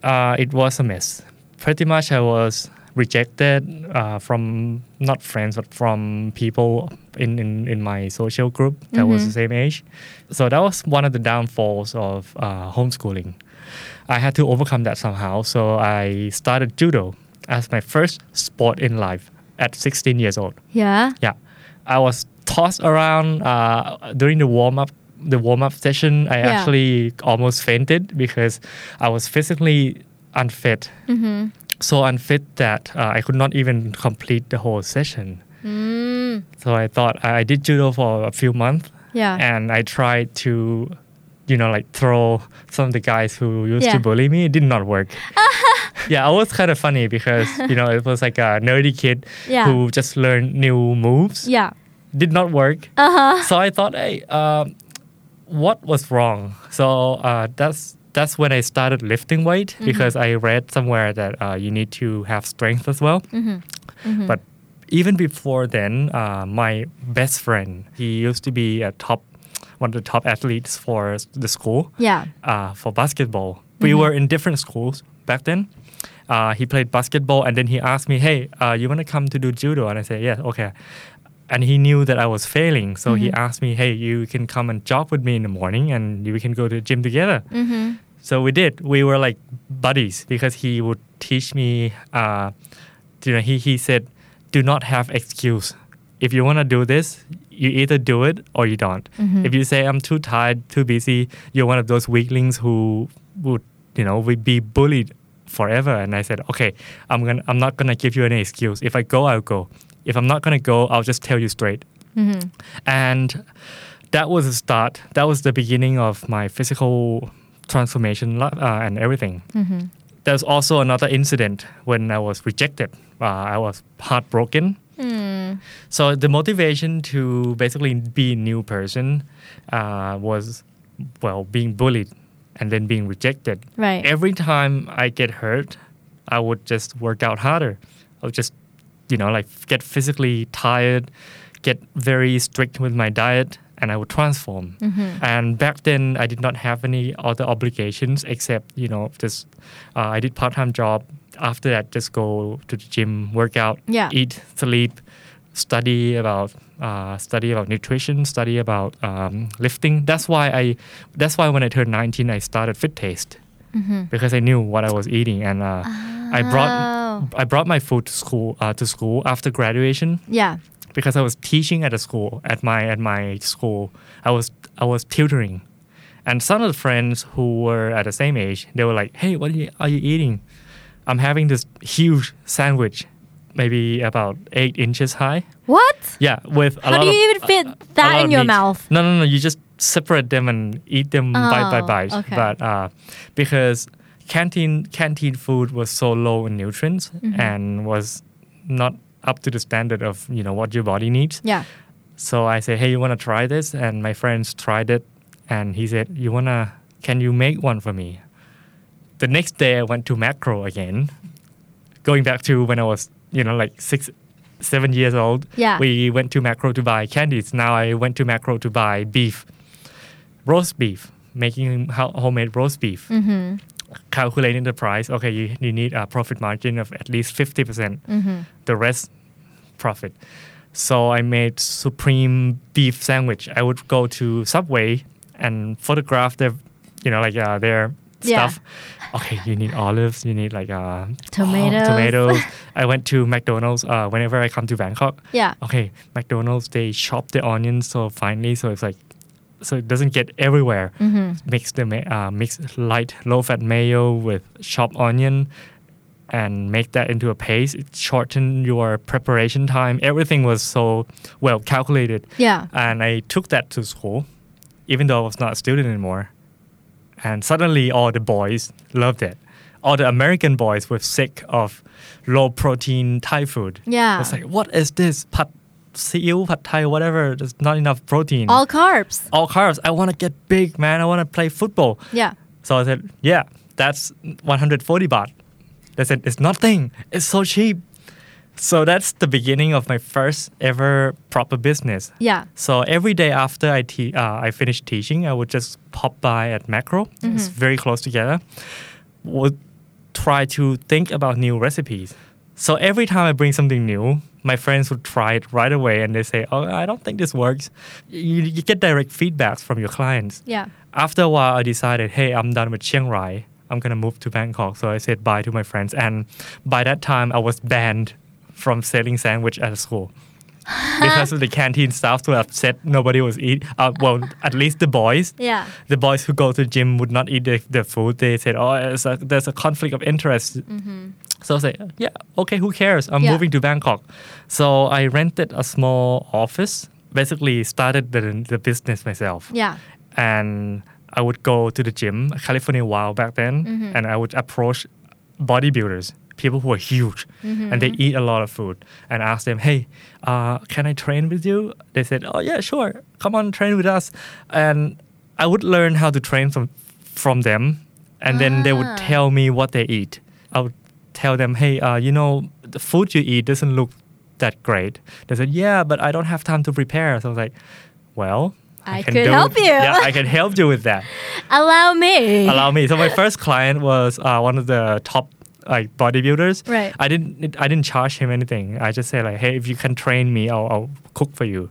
uh, it was a mess. Pretty much I was rejected uh, from, not friends, but from people in, in, in my social group that was the same age. So that was one of the downfalls of uh, homeschooling. I had to overcome that somehow. So I started judo as my first sport in life at 16 years old. yeah Yeah, I was tossed around uh, during the warm up. The warm up session, I Yeah. actually almost fainted because I was physically unfit. So unfit that uh, I could not even complete the whole session. So I thought I I did judo for a few months, yeah and I tried to, you know, like throw some of the guys who used to Yeah. bully me. It did not work. yeah, I was kind of funny because you know it was like a nerdy kid Yeah. who just learned new moves. yeah Did not work. So I thought, hey, um, what was wrong? So uh, that's that's when I started lifting weight because I read somewhere that uh, you need to have strength as well. But even before then, uh, my best friend, he used to be a top, one of the top athletes for the school yeah uh, for basketball. We were in different schools back then. Uh, he played basketball, and then he asked me, "Hey, uh, you want to come to do judo?" And I said, "Yeah, okay." And he knew that I was failing, so he asked me, "Hey, you can come and jog with me in the morning, and we can go to the gym together." So we did. We were like buddies because he would teach me. Uh, you know, he he said, "Do not have excuse. If you want to do this, you either do it or you don't. If you say I'm too tired, too busy, you're one of those weaklings who would you know would be bullied forever." And I said, "Okay, I'm gonna I'm not gonna give you any excuse. If I go, I'll go. If I'm not gonna go, I'll just tell you straight." And that was the start. That was the beginning of my physical transformation li- uh, and everything. There's also another incident when I was rejected. Uh, I was heartbroken. So the motivation to basically be a new person uh, was, well, being bullied and then being rejected. Right. Every time I get hurt, I would just work out harder. I would just, you know, like get physically tired, get very strict with my diet, and I would transform. And back then, I did not have any other obligations except, you know, just uh, I did part-time job. After that, just go to the gym, work out, Yeah. eat eat, sleep, study about uh, study about nutrition, study about um, lifting. That's why I that's why when I turned 19, I started Fit Taste because I knew what I was eating, and uh, I Oh. brought I brought my food to school uh, to school after graduation yeah because I was teaching at a school at my at my school. I was I was tutoring, and some of the friends who were at the same age, they were like, "Hey, what are you, are you eating?" I'm having this huge sandwich, maybe about eight inches high. what Yeah, with a how lot do you of- even fit a lot that in of your meat. mouth No, no, no. You just separate them and eat them bite by Oh, bite. okay. But uh, because canteen canteen food was so low in nutrients Mm-hmm. and was not up to the standard of you know what your body needs. yeah So I said, hey, you want to try this? And my friends tried it, and he said, you wanna? Can you make one for me? The next day, I went to Macro again. Going back to when I was, you know, like six, seven years old. Yeah. We went to Macro to buy candies. Now I went to Macro to buy beef, roast beef, making ho- homemade roast beef. Calculating the price. Okay, you, you need a profit margin of at least fifty percent. Mm-hmm. The rest profit. So I made supreme beef sandwich. I would go to Subway and photograph their, you know, like uh, their Yeah. stuff. Okay, you need olives. You need like uh, Tomatoes. tomatoes. I went to McDonald's. Uh, whenever I come to Bangkok. Yeah. Okay, McDonald's they chop the onions so finely, so it's like so it doesn't get everywhere. Mm-hmm. Mix the ma- uh, mix light low-fat mayo with chopped onion, and make that into a paste. It shortened your preparation time. Everything was so well calculated. Yeah. And I took that to school, even though I was not a student anymore. And suddenly, all the boys loved it. All the American boys were sick of low protein Thai food. Yeah. It's like, what is this? Pad siu, pad Thai, whatever. There's not enough protein. All carbs. All carbs. I want to get big, man. I want to play football. Yeah. So I said, yeah, that's 140 baht. They said, it's nothing. It's so cheap. So that's the beginning of my first ever proper business. Yeah. So every day after I, te- uh, I finished teaching, I would just pop by at Macro. It's very close together. Would try to think about new recipes. So every time I bring something new, my friends would try it right away and they say, oh, I don't think this works. You, you get direct feedbacks from your clients Yeah. after a while, I decided, hey, I'm done with Chiang Rai. I'm gonna move to Bangkok. So I said bye to my friends, and by that time, I was banned from selling sandwich at school because of the canteen staff were upset. Nobody was eat. Uh, well, at least the boys. Yeah. The boys who go to the gym would not eat the, the food. They said, oh, it's a, there's a conflict of interest. So I was like, yeah, okay, who cares? I'm Mm-hmm. Yeah. moving to Bangkok. So I rented a small office. Basically, started the, the business myself Yeah. and I would go to the gym, California Wild back then, and I would approach bodybuilders, people who are huge, and they eat a lot of food, and ask them, "Hey, uh, can I train with you?" They said, "Oh yeah, sure. Come on, train with us." And I would learn how to train from from them, and then they would Ah. tell me what they eat. I would tell them, "Hey, uh, you know, the food you eat doesn't look that great." They said, "Yeah, but I don't have time to prepare." So I was like, "Well." I can could do- help you. Yeah, I can help you with that. Allow me. Allow me. So my first client was uh, one of the top like bodybuilders. Right. I didn't I didn't charge him anything. I just said like, hey, if you can train me, I'll, I'll cook for you.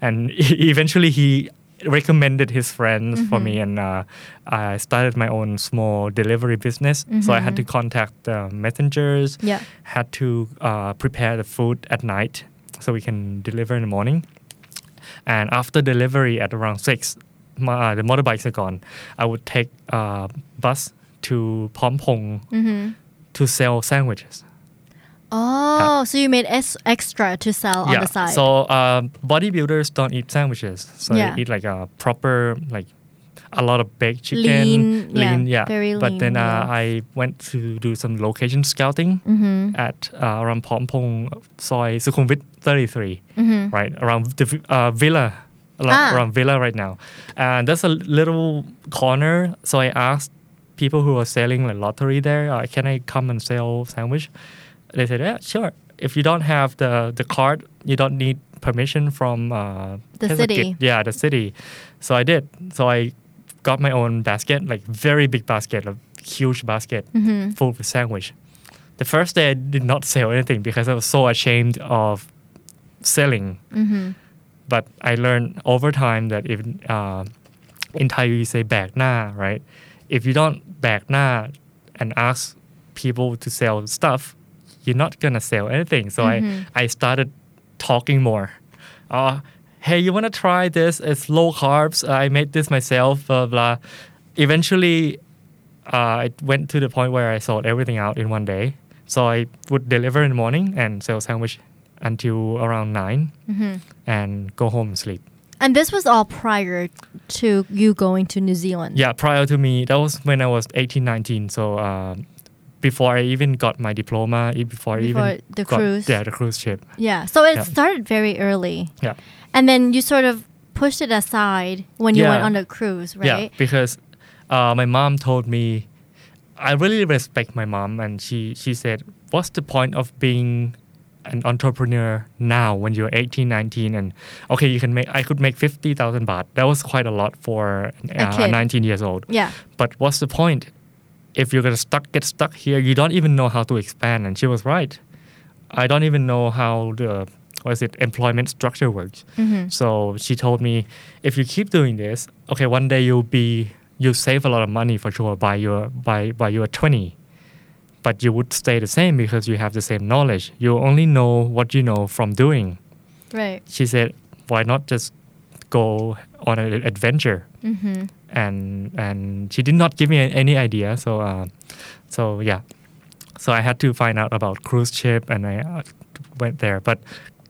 And e-, eventually he recommended his friends for me, Mm-hmm. and uh, I started my own small delivery business. So I Mm-hmm. had to contact the messengers. Yeah. Had to uh, prepare the food at night so we can deliver in the morning. And after delivery at around six, my, uh, the motorbikes are gone. I would take uh, bus to Pompong Mm-hmm. to sell sandwiches. Oh, so you made es- extra to sell Oh, on the side. So uh, bodybuilders don't eat sandwiches. So Yeah. they eat like a proper like a lot of baked chicken, Lean, yeah, very but then uh, lean, yeah. I went to do some location scouting at uh, around Pompong Soy Sukhumvit 33, right around the uh, villa. Around, Ah. around villa right now, and that's a little corner. So I asked people who are selling like lottery there, uh, "Can I come and sell sandwich?" They said, "Yeah, sure. If you don't have the the card, you don't need permission from uh, The Tesla city. Kit. Yeah, the city. So I did. So I got my own basket, like very big basket, a huge basket Mm-hmm. full of sandwich. The first day I did not sell anything because I was so ashamed of selling. Mm-hmm. But I learned over time that if uh, in Thai you say back na, right? If you don't back na and ask people to sell stuff, you're not gonna sell anything. So Mm-hmm. I, I started talking more. Uh, hey, you wanna try this? It's low carbs. Uh, I made this myself. Blah blah. Eventually, uh, it went to the point where I sold everything out in one day. So I would deliver in the morning and sell sandwich until around 9 Mm-hmm. and go home and sleep. and this was all prior to you going to New Zealand. Yeah, prior to me, that was when I was 18, 19. So um, before I even got my diploma, e- before, I even Before the got, cruise. Yeah, the cruise ship. Yeah. So it Yeah. started very early. Yeah. And then you sort of pushed it aside when you Yeah. went on the cruise, right? Yeah, because uh, my mom told me, I really respect my mom, and she, she said, What's the point of being an entrepreneur now when you're 18, 19? And okay, you can make, I could make 50,000 baht. That was quite a lot for A uh, kid. 19 years old. Yeah. But what's the point? If you're gonna stuck get stuck here, you don't even know how to expand. And she was right. I don't even know how the what is it employment structure works. So she told me, if you keep doing this, okay, one day you'll be you'll save a lot of money for sure by your by by your twenty. But you would stay the same because you have the same knowledge. You only know what you know from doing Right. she said, why not just go on an adventure, and and she did not give me any idea. So uh, so yeah, so I had to find out about cruise ship, and I uh, went there. But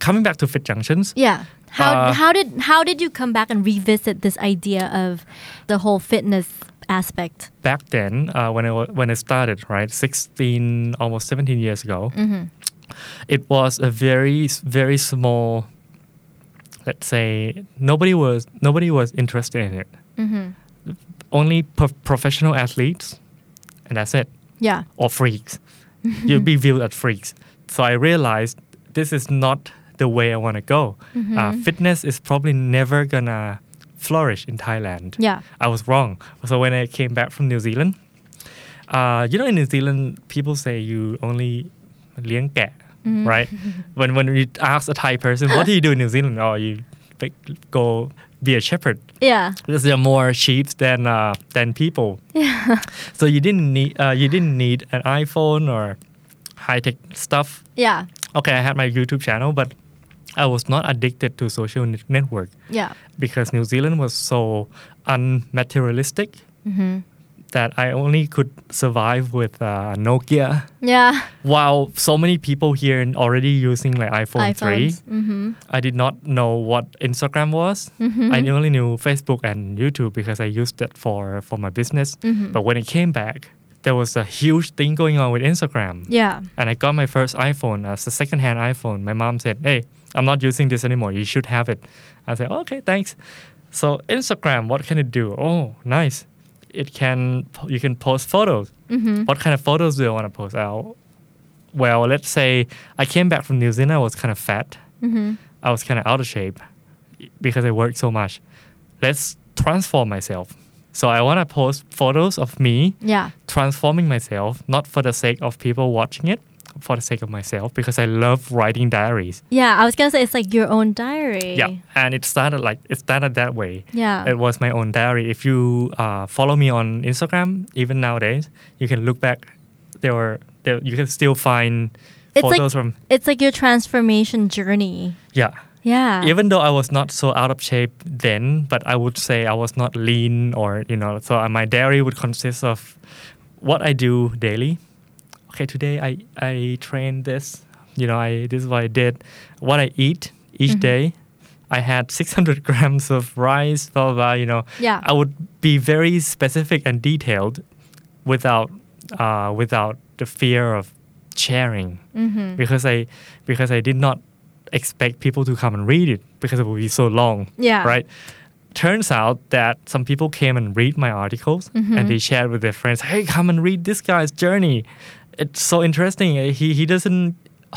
coming back to Fit Junctions, Yeah. How Uh, how did how did you come back and revisit this idea of the whole fitness aspect? back then uh, when I wa- when I started right 16 almost 17 years ago it was a very s- very small let's say nobody was nobody was interested in it only pro- professional athletes and that's it Yeah. or freaks you'll be viewed as freaks so I realized this is not the way I want to go uh, fitness is probably never gonna flourish in Thailand Yeah. I was wrong. So when I came back from New Zealand, uh, you know, in New Zealand, people say you only เลี้ยงแกะ right? when when you ask a Thai person, what do you do in New Zealand? Oh, you pick- go be a shepherd. Yeah. Because there are more sheep than uh, than people. Yeah. So you didn't need uh, you didn't need an iPhone or high tech stuff Yeah. okay, I had my YouTube channel, but I was not addicted to social net- network Yeah. because New Zealand was so unmaterialistic that I only could survive with uh, Nokia. Yeah. While so many people here in- already using like iPhone 3, iPhones. Mm-hmm. I did not know what Instagram was. I only knew Facebook and YouTube because I used it for, for my business. But when it came back, there was a huge thing going on with Instagram. Yeah. And I got my first iPhone, as a secondhand iPhone. My mom said, Hey, I'm not using this anymore. You should have it. I said, Okay, thanks. So, Instagram, what can it do? Oh, nice. It can, you can post photos. What kind of photos do I want to post? out? well, let's say I came back from New Zealand, I was kind of fat. I was kind of out of shape because I worked so much. Let's transform myself. So, I want to post photos of me Yeah. transforming myself, not for the sake of people watching it, for the sake of myself, because I love writing diaries. Yeah. I was gonna say it's like your own diary. Yeah, and it started like it started that way. Yeah. it was my own diary. If you uh, follow me on Instagram, even nowadays, you can look back. There were there you can still find It's like photos from it's like your transformation journey. yeah. Yeah. Even though I was not so out of shape then, but I would say I was not lean or you know. So uh, my diary would consist of what I do daily. Okay, today I I trained this. You know, I this is what I did. What I eat each Mm-hmm. day. I had 600 grams of rice, blah blah. blah you know, Yeah. I would be very specific and detailed, without uh, without the fear of sharing because I because I did not expect people to come and read it because it would be so long. Yeah. Right. Turns out that some people came and read my articles and they shared with their friends, "Hey, come and read this guy's journey. It's so interesting. Uh, He he doesn't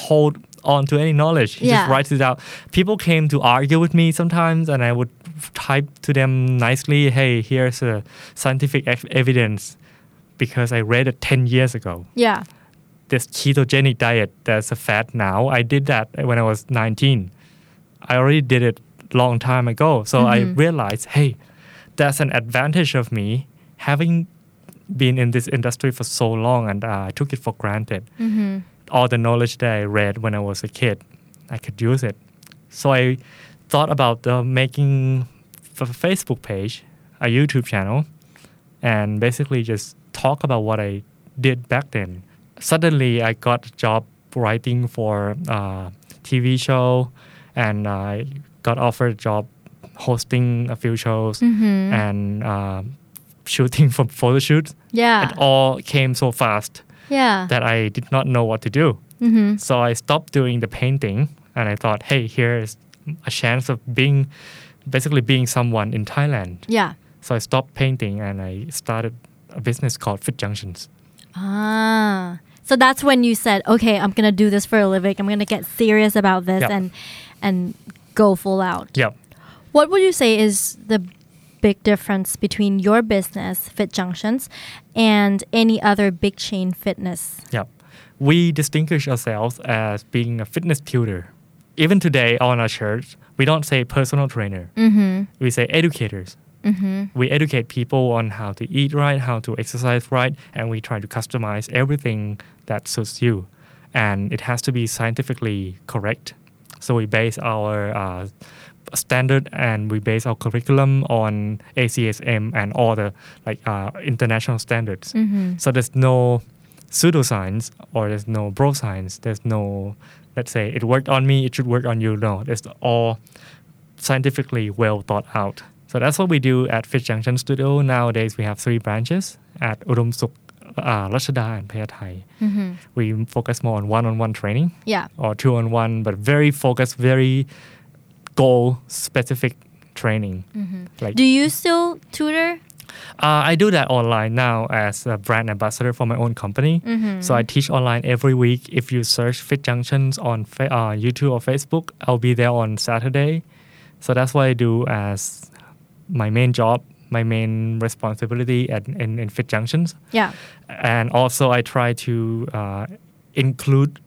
hold on to any knowledge. He just Yeah. writes it out." People came to argue with me sometimes, and I would type to them nicely, "Hey, here's a scientific ev- evidence." Because I read it 10 years ago Yeah. this ketogenic diet that's a fad now. I did that when I was 19. I already did it long time ago. So I realized, hey, that's an advantage of me having been in this industry for so long and uh, I took it for granted. All the knowledge that I read when I was a kid, I could use it. So I thought about uh, making f- a Facebook page, a YouTube channel, and basically just talk about what I did back then. Suddenly, I got a job writing for uh, TV show, and I got offered a job hosting a few shows and uh, shooting for photo shoots. Yeah. It all came so fast Yeah. that I did not know what to do. So I stopped doing the painting, and I thought, hey, here is a chance of being, basically being someone in Thailand. yeah. So I stopped painting and I started a business called Fit Junctions. Ah. So that's when you said, "Okay, I'm going to do this for a living. I'm going to get serious about this Yeah. and and go full out." Yeah. What would you say is the big difference between your business, Fit Junctions, and any other big chain fitness? Yeah. We distinguish ourselves as being a fitness tutor. Even today on our church, we don't say personal trainer. We say educators. We educate people on how to eat right, how to exercise right, and we try to customize everything that suits you. And it has to be scientifically correct. So we base our uh, standard and we base our curriculum on ACSM and all the like uh, international standards. So there's no pseudoscience or there's no bro science. There's no let's say it worked on me, it should work on you. No, it's all scientifically well thought out. So that's what we do at Fish Junction Studio. Nowadays we have three branches at Udom Suk, uh, Rashida and Payathai. We focus more on one-on-one training Yeah. or two on one, but very focused, very goal specific training. Like Do you still tutor? uh, I do that online now as a brand ambassador for my own company. So I teach online every week. If you search Fit Junctions on fa- uh, YouTube or Facebook, I'll be there on Saturday. So that's what I do as my main job, my main responsibility at in, in Fit Junctions Yeah. and also I try to uh, include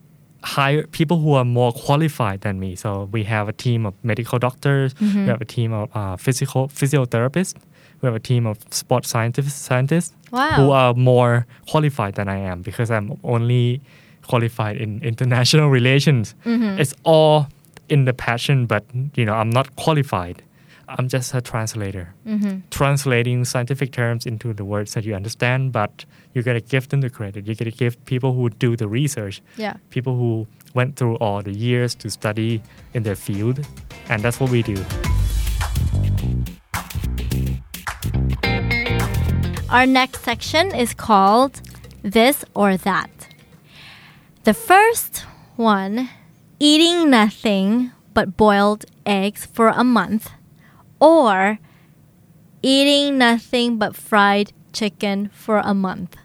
higher people who are more qualified than me. So we have a team of medical doctors, we have a team of uh, physical physiotherapists, we have a team of sports scientists, scientists Wow. who are more qualified than I am because I'm only qualified in international relations. It's all in the passion, but you know I'm not qualified. I'm just a translator translating scientific terms into the words that you understand, but you gotta give them the credit. You gotta give people who do the research, Yeah. people who went through all the years to study in their field, and that's what we do. Our next section is called This or That. The first one eating nothing but boiled eggs for a month, or eating nothing but fried chicken for a month.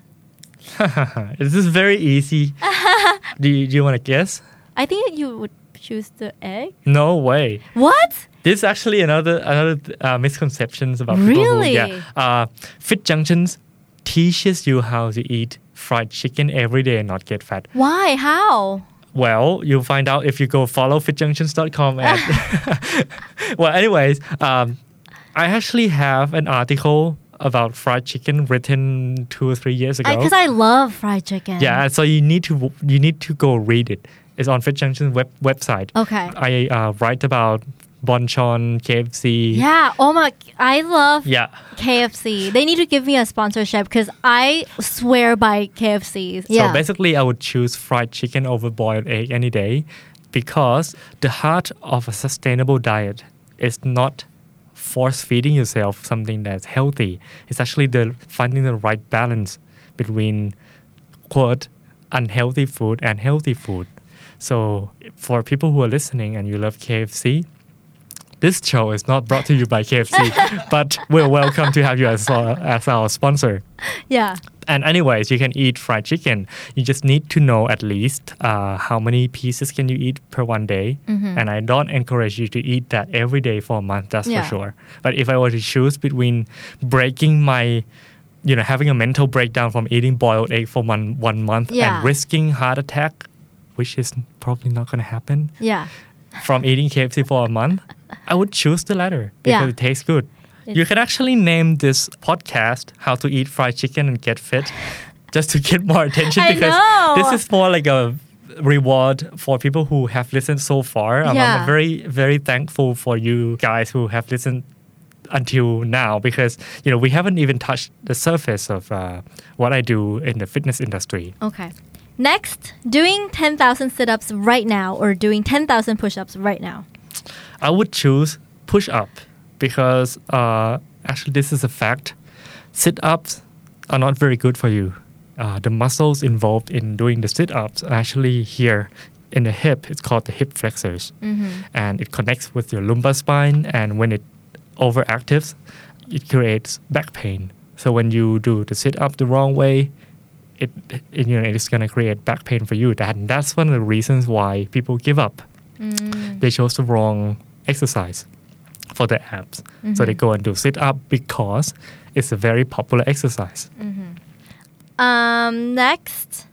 this Uh, is very easy. do you, do you want to guess? I think that you would choose the egg. No way. What? This is actually another another uh, misconceptions about people who, Really? yeah. Uh, Fit Junctions teaches you how to eat fried chicken every day and not get fat. Why? How? Well, you'll find out if you go follow fitjunctions.com. And well, anyways, um, I actually have an article about fried chicken written two or three years ago. Because I, love fried chicken. yeah, so you need to w- you need to go read it. It's on Fit Junction web website. Okay. I uh, write about bonchon, KFC. Yeah. Oh my! I love Yeah. KFC. They need to give me a sponsorship because I swear by KFCs. So yeah. basically, I would choose fried chicken over boiled egg any day because the heart of a sustainable diet is not force feeding yourself something that's healthy. It's actually the finding the right balance between quote unhealthy food and healthy food. So for people who are listening and you love KFC, this show is not brought to you by KFC, but we're welcome to have you as, our- as our sponsor. yeah. And anyways, you can eat fried chicken. You just need to know at least uh, how many pieces can you eat per one day. Mm-hmm. And I don't encourage you to eat that every day for a month. That's Yeah. for sure. But if I were to choose between breaking my, you know, having a mental breakdown from eating boiled egg for one one month Yeah. and risking heart attack, which is probably not going to happen Yeah. from eating KFC for a month, I would choose the latter because Yeah. it tastes good. It- you can actually name this podcast "How to Eat Fried Chicken and Get Fit," just to get more attention I because know. this is more like a reward for people who have listened so far. I'm- Yeah. I'm very very thankful for you guys who have listened until now because you know we haven't even touched the surface of uh, what I do in the fitness industry. Okay. Next, doing 10,000 sit ups right now or doing 10,000 push ups right now. I would choose push up because uh, actually this is a fact. Sit ups are not very good for you. Uh, the muscles involved in doing the sit ups are actually here in the hip. It's called the hip flexors, and it connects with your lumbar spine. And when it overactives, it creates back pain. So when you do the sit up the wrong way, it, it you know it's gonna create back pain for you. That that's one of the reasons why people give up they chose the wrong exercise for their abs. So Mm-hmm. they go and do sit up because it's a very popular exercise. Um, next,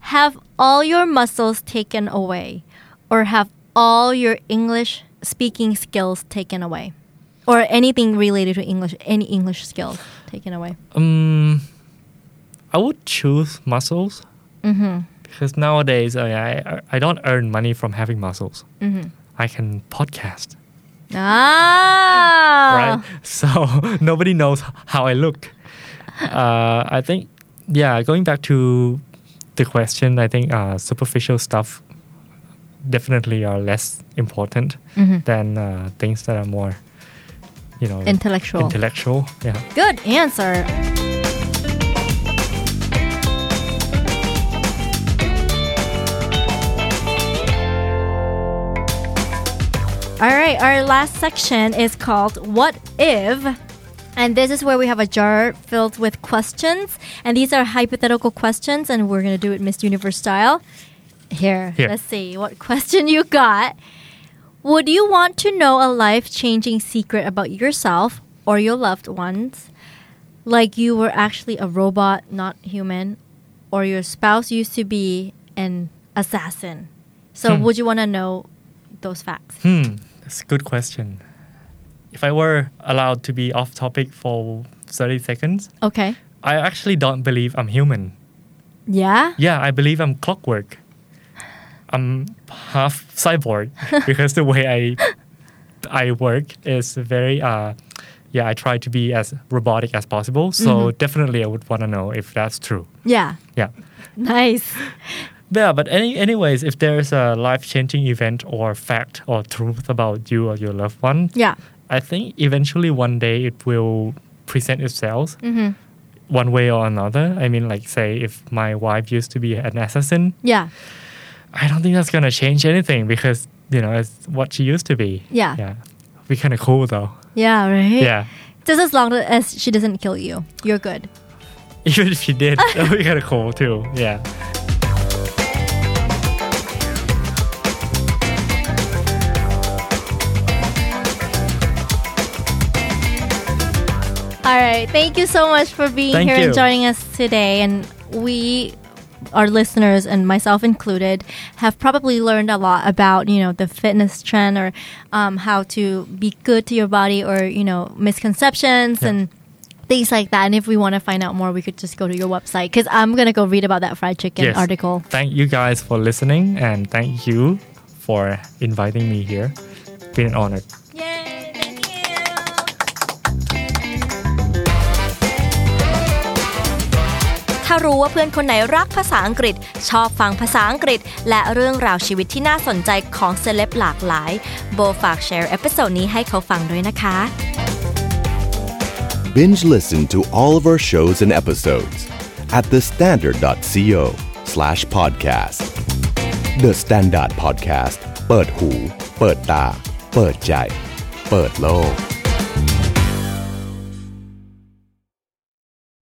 have all your muscles taken away or have all your English speaking skills taken away or anything related to English, any English skills taken away. Um, I would choose muscles Mm-hmm. because oh nowadays I, I I don't earn money from having muscles. Mm-hmm. I can podcast. Ah. Oh. right? So nobody knows how I look. Uh, I think, yeah, going back to the question, I think uh, superficial stuff definitely are less important than uh, things that are more, you know, Intellectual. Intellectual, yeah. Good answer. All right, our last section is called What If? And this is where we have a jar filled with questions. And these are hypothetical questions, and we're going to do it Miss Universe style. Here, Here. let's see what question you got. Would you want to know a life changing secret about yourself or your loved ones? Like you were actually a robot, not human, or your spouse used to be an assassin. So, would you want to know those facts? Hmm, that's a good question. If I were allowed to be off topic for 30 seconds, Okay. I actually don't believe I'm human. Yeah? Yeah, I believe I'm clockwork. I'm half cyborg because the way I I work is very uh yeah, I try to be as robotic as possible. So definitely I would want to know if that's true. Yeah. Yeah. Nice. Yeah, but any anyways, if there's a life-changing event or fact or truth about you or your loved one, Yeah. I think eventually one day it will present itself one way or another. I mean, like, say, if my wife used to be an assassin, Yeah. I don't think that's going to change anything because, you know, it's what she used to be. Yeah. Yeah. We kind of cool though. Yeah, right? Yeah. Just as long as she doesn't kill you, you're good. Even if she did, we kind of cool too. Yeah. All right. Thank you so much for being Thank here and you. joining us today. And we, our listeners and myself included, have probably learned a lot about you know the fitness trend or um, how to be good to your body or you know misconceptions Yeah. and things like that. And if we want to find out more, we could just go to your website because I'm gonna go read about that fried chicken Yes. article. Thank you guys for listening and thank you for inviting me here. Been an honor. Yay! Thank you. ถ้ารู้ว่าเพื่อนคนไหนรักภาษาอังกฤษ ชอบฟังภาษาอังกฤษ และเรื่องราวชีวิตที่น่าสนใจของเซเลบหลากหลาย โบฝากแชร์เอพิโซดนี้ให้เขาฟังด้วยนะคะ Binge listen to all of our shows and episodes at thestandard.co slash podcast. The Standard Podcast เปิดหูเปิดตาเปิดใจเปิดโลก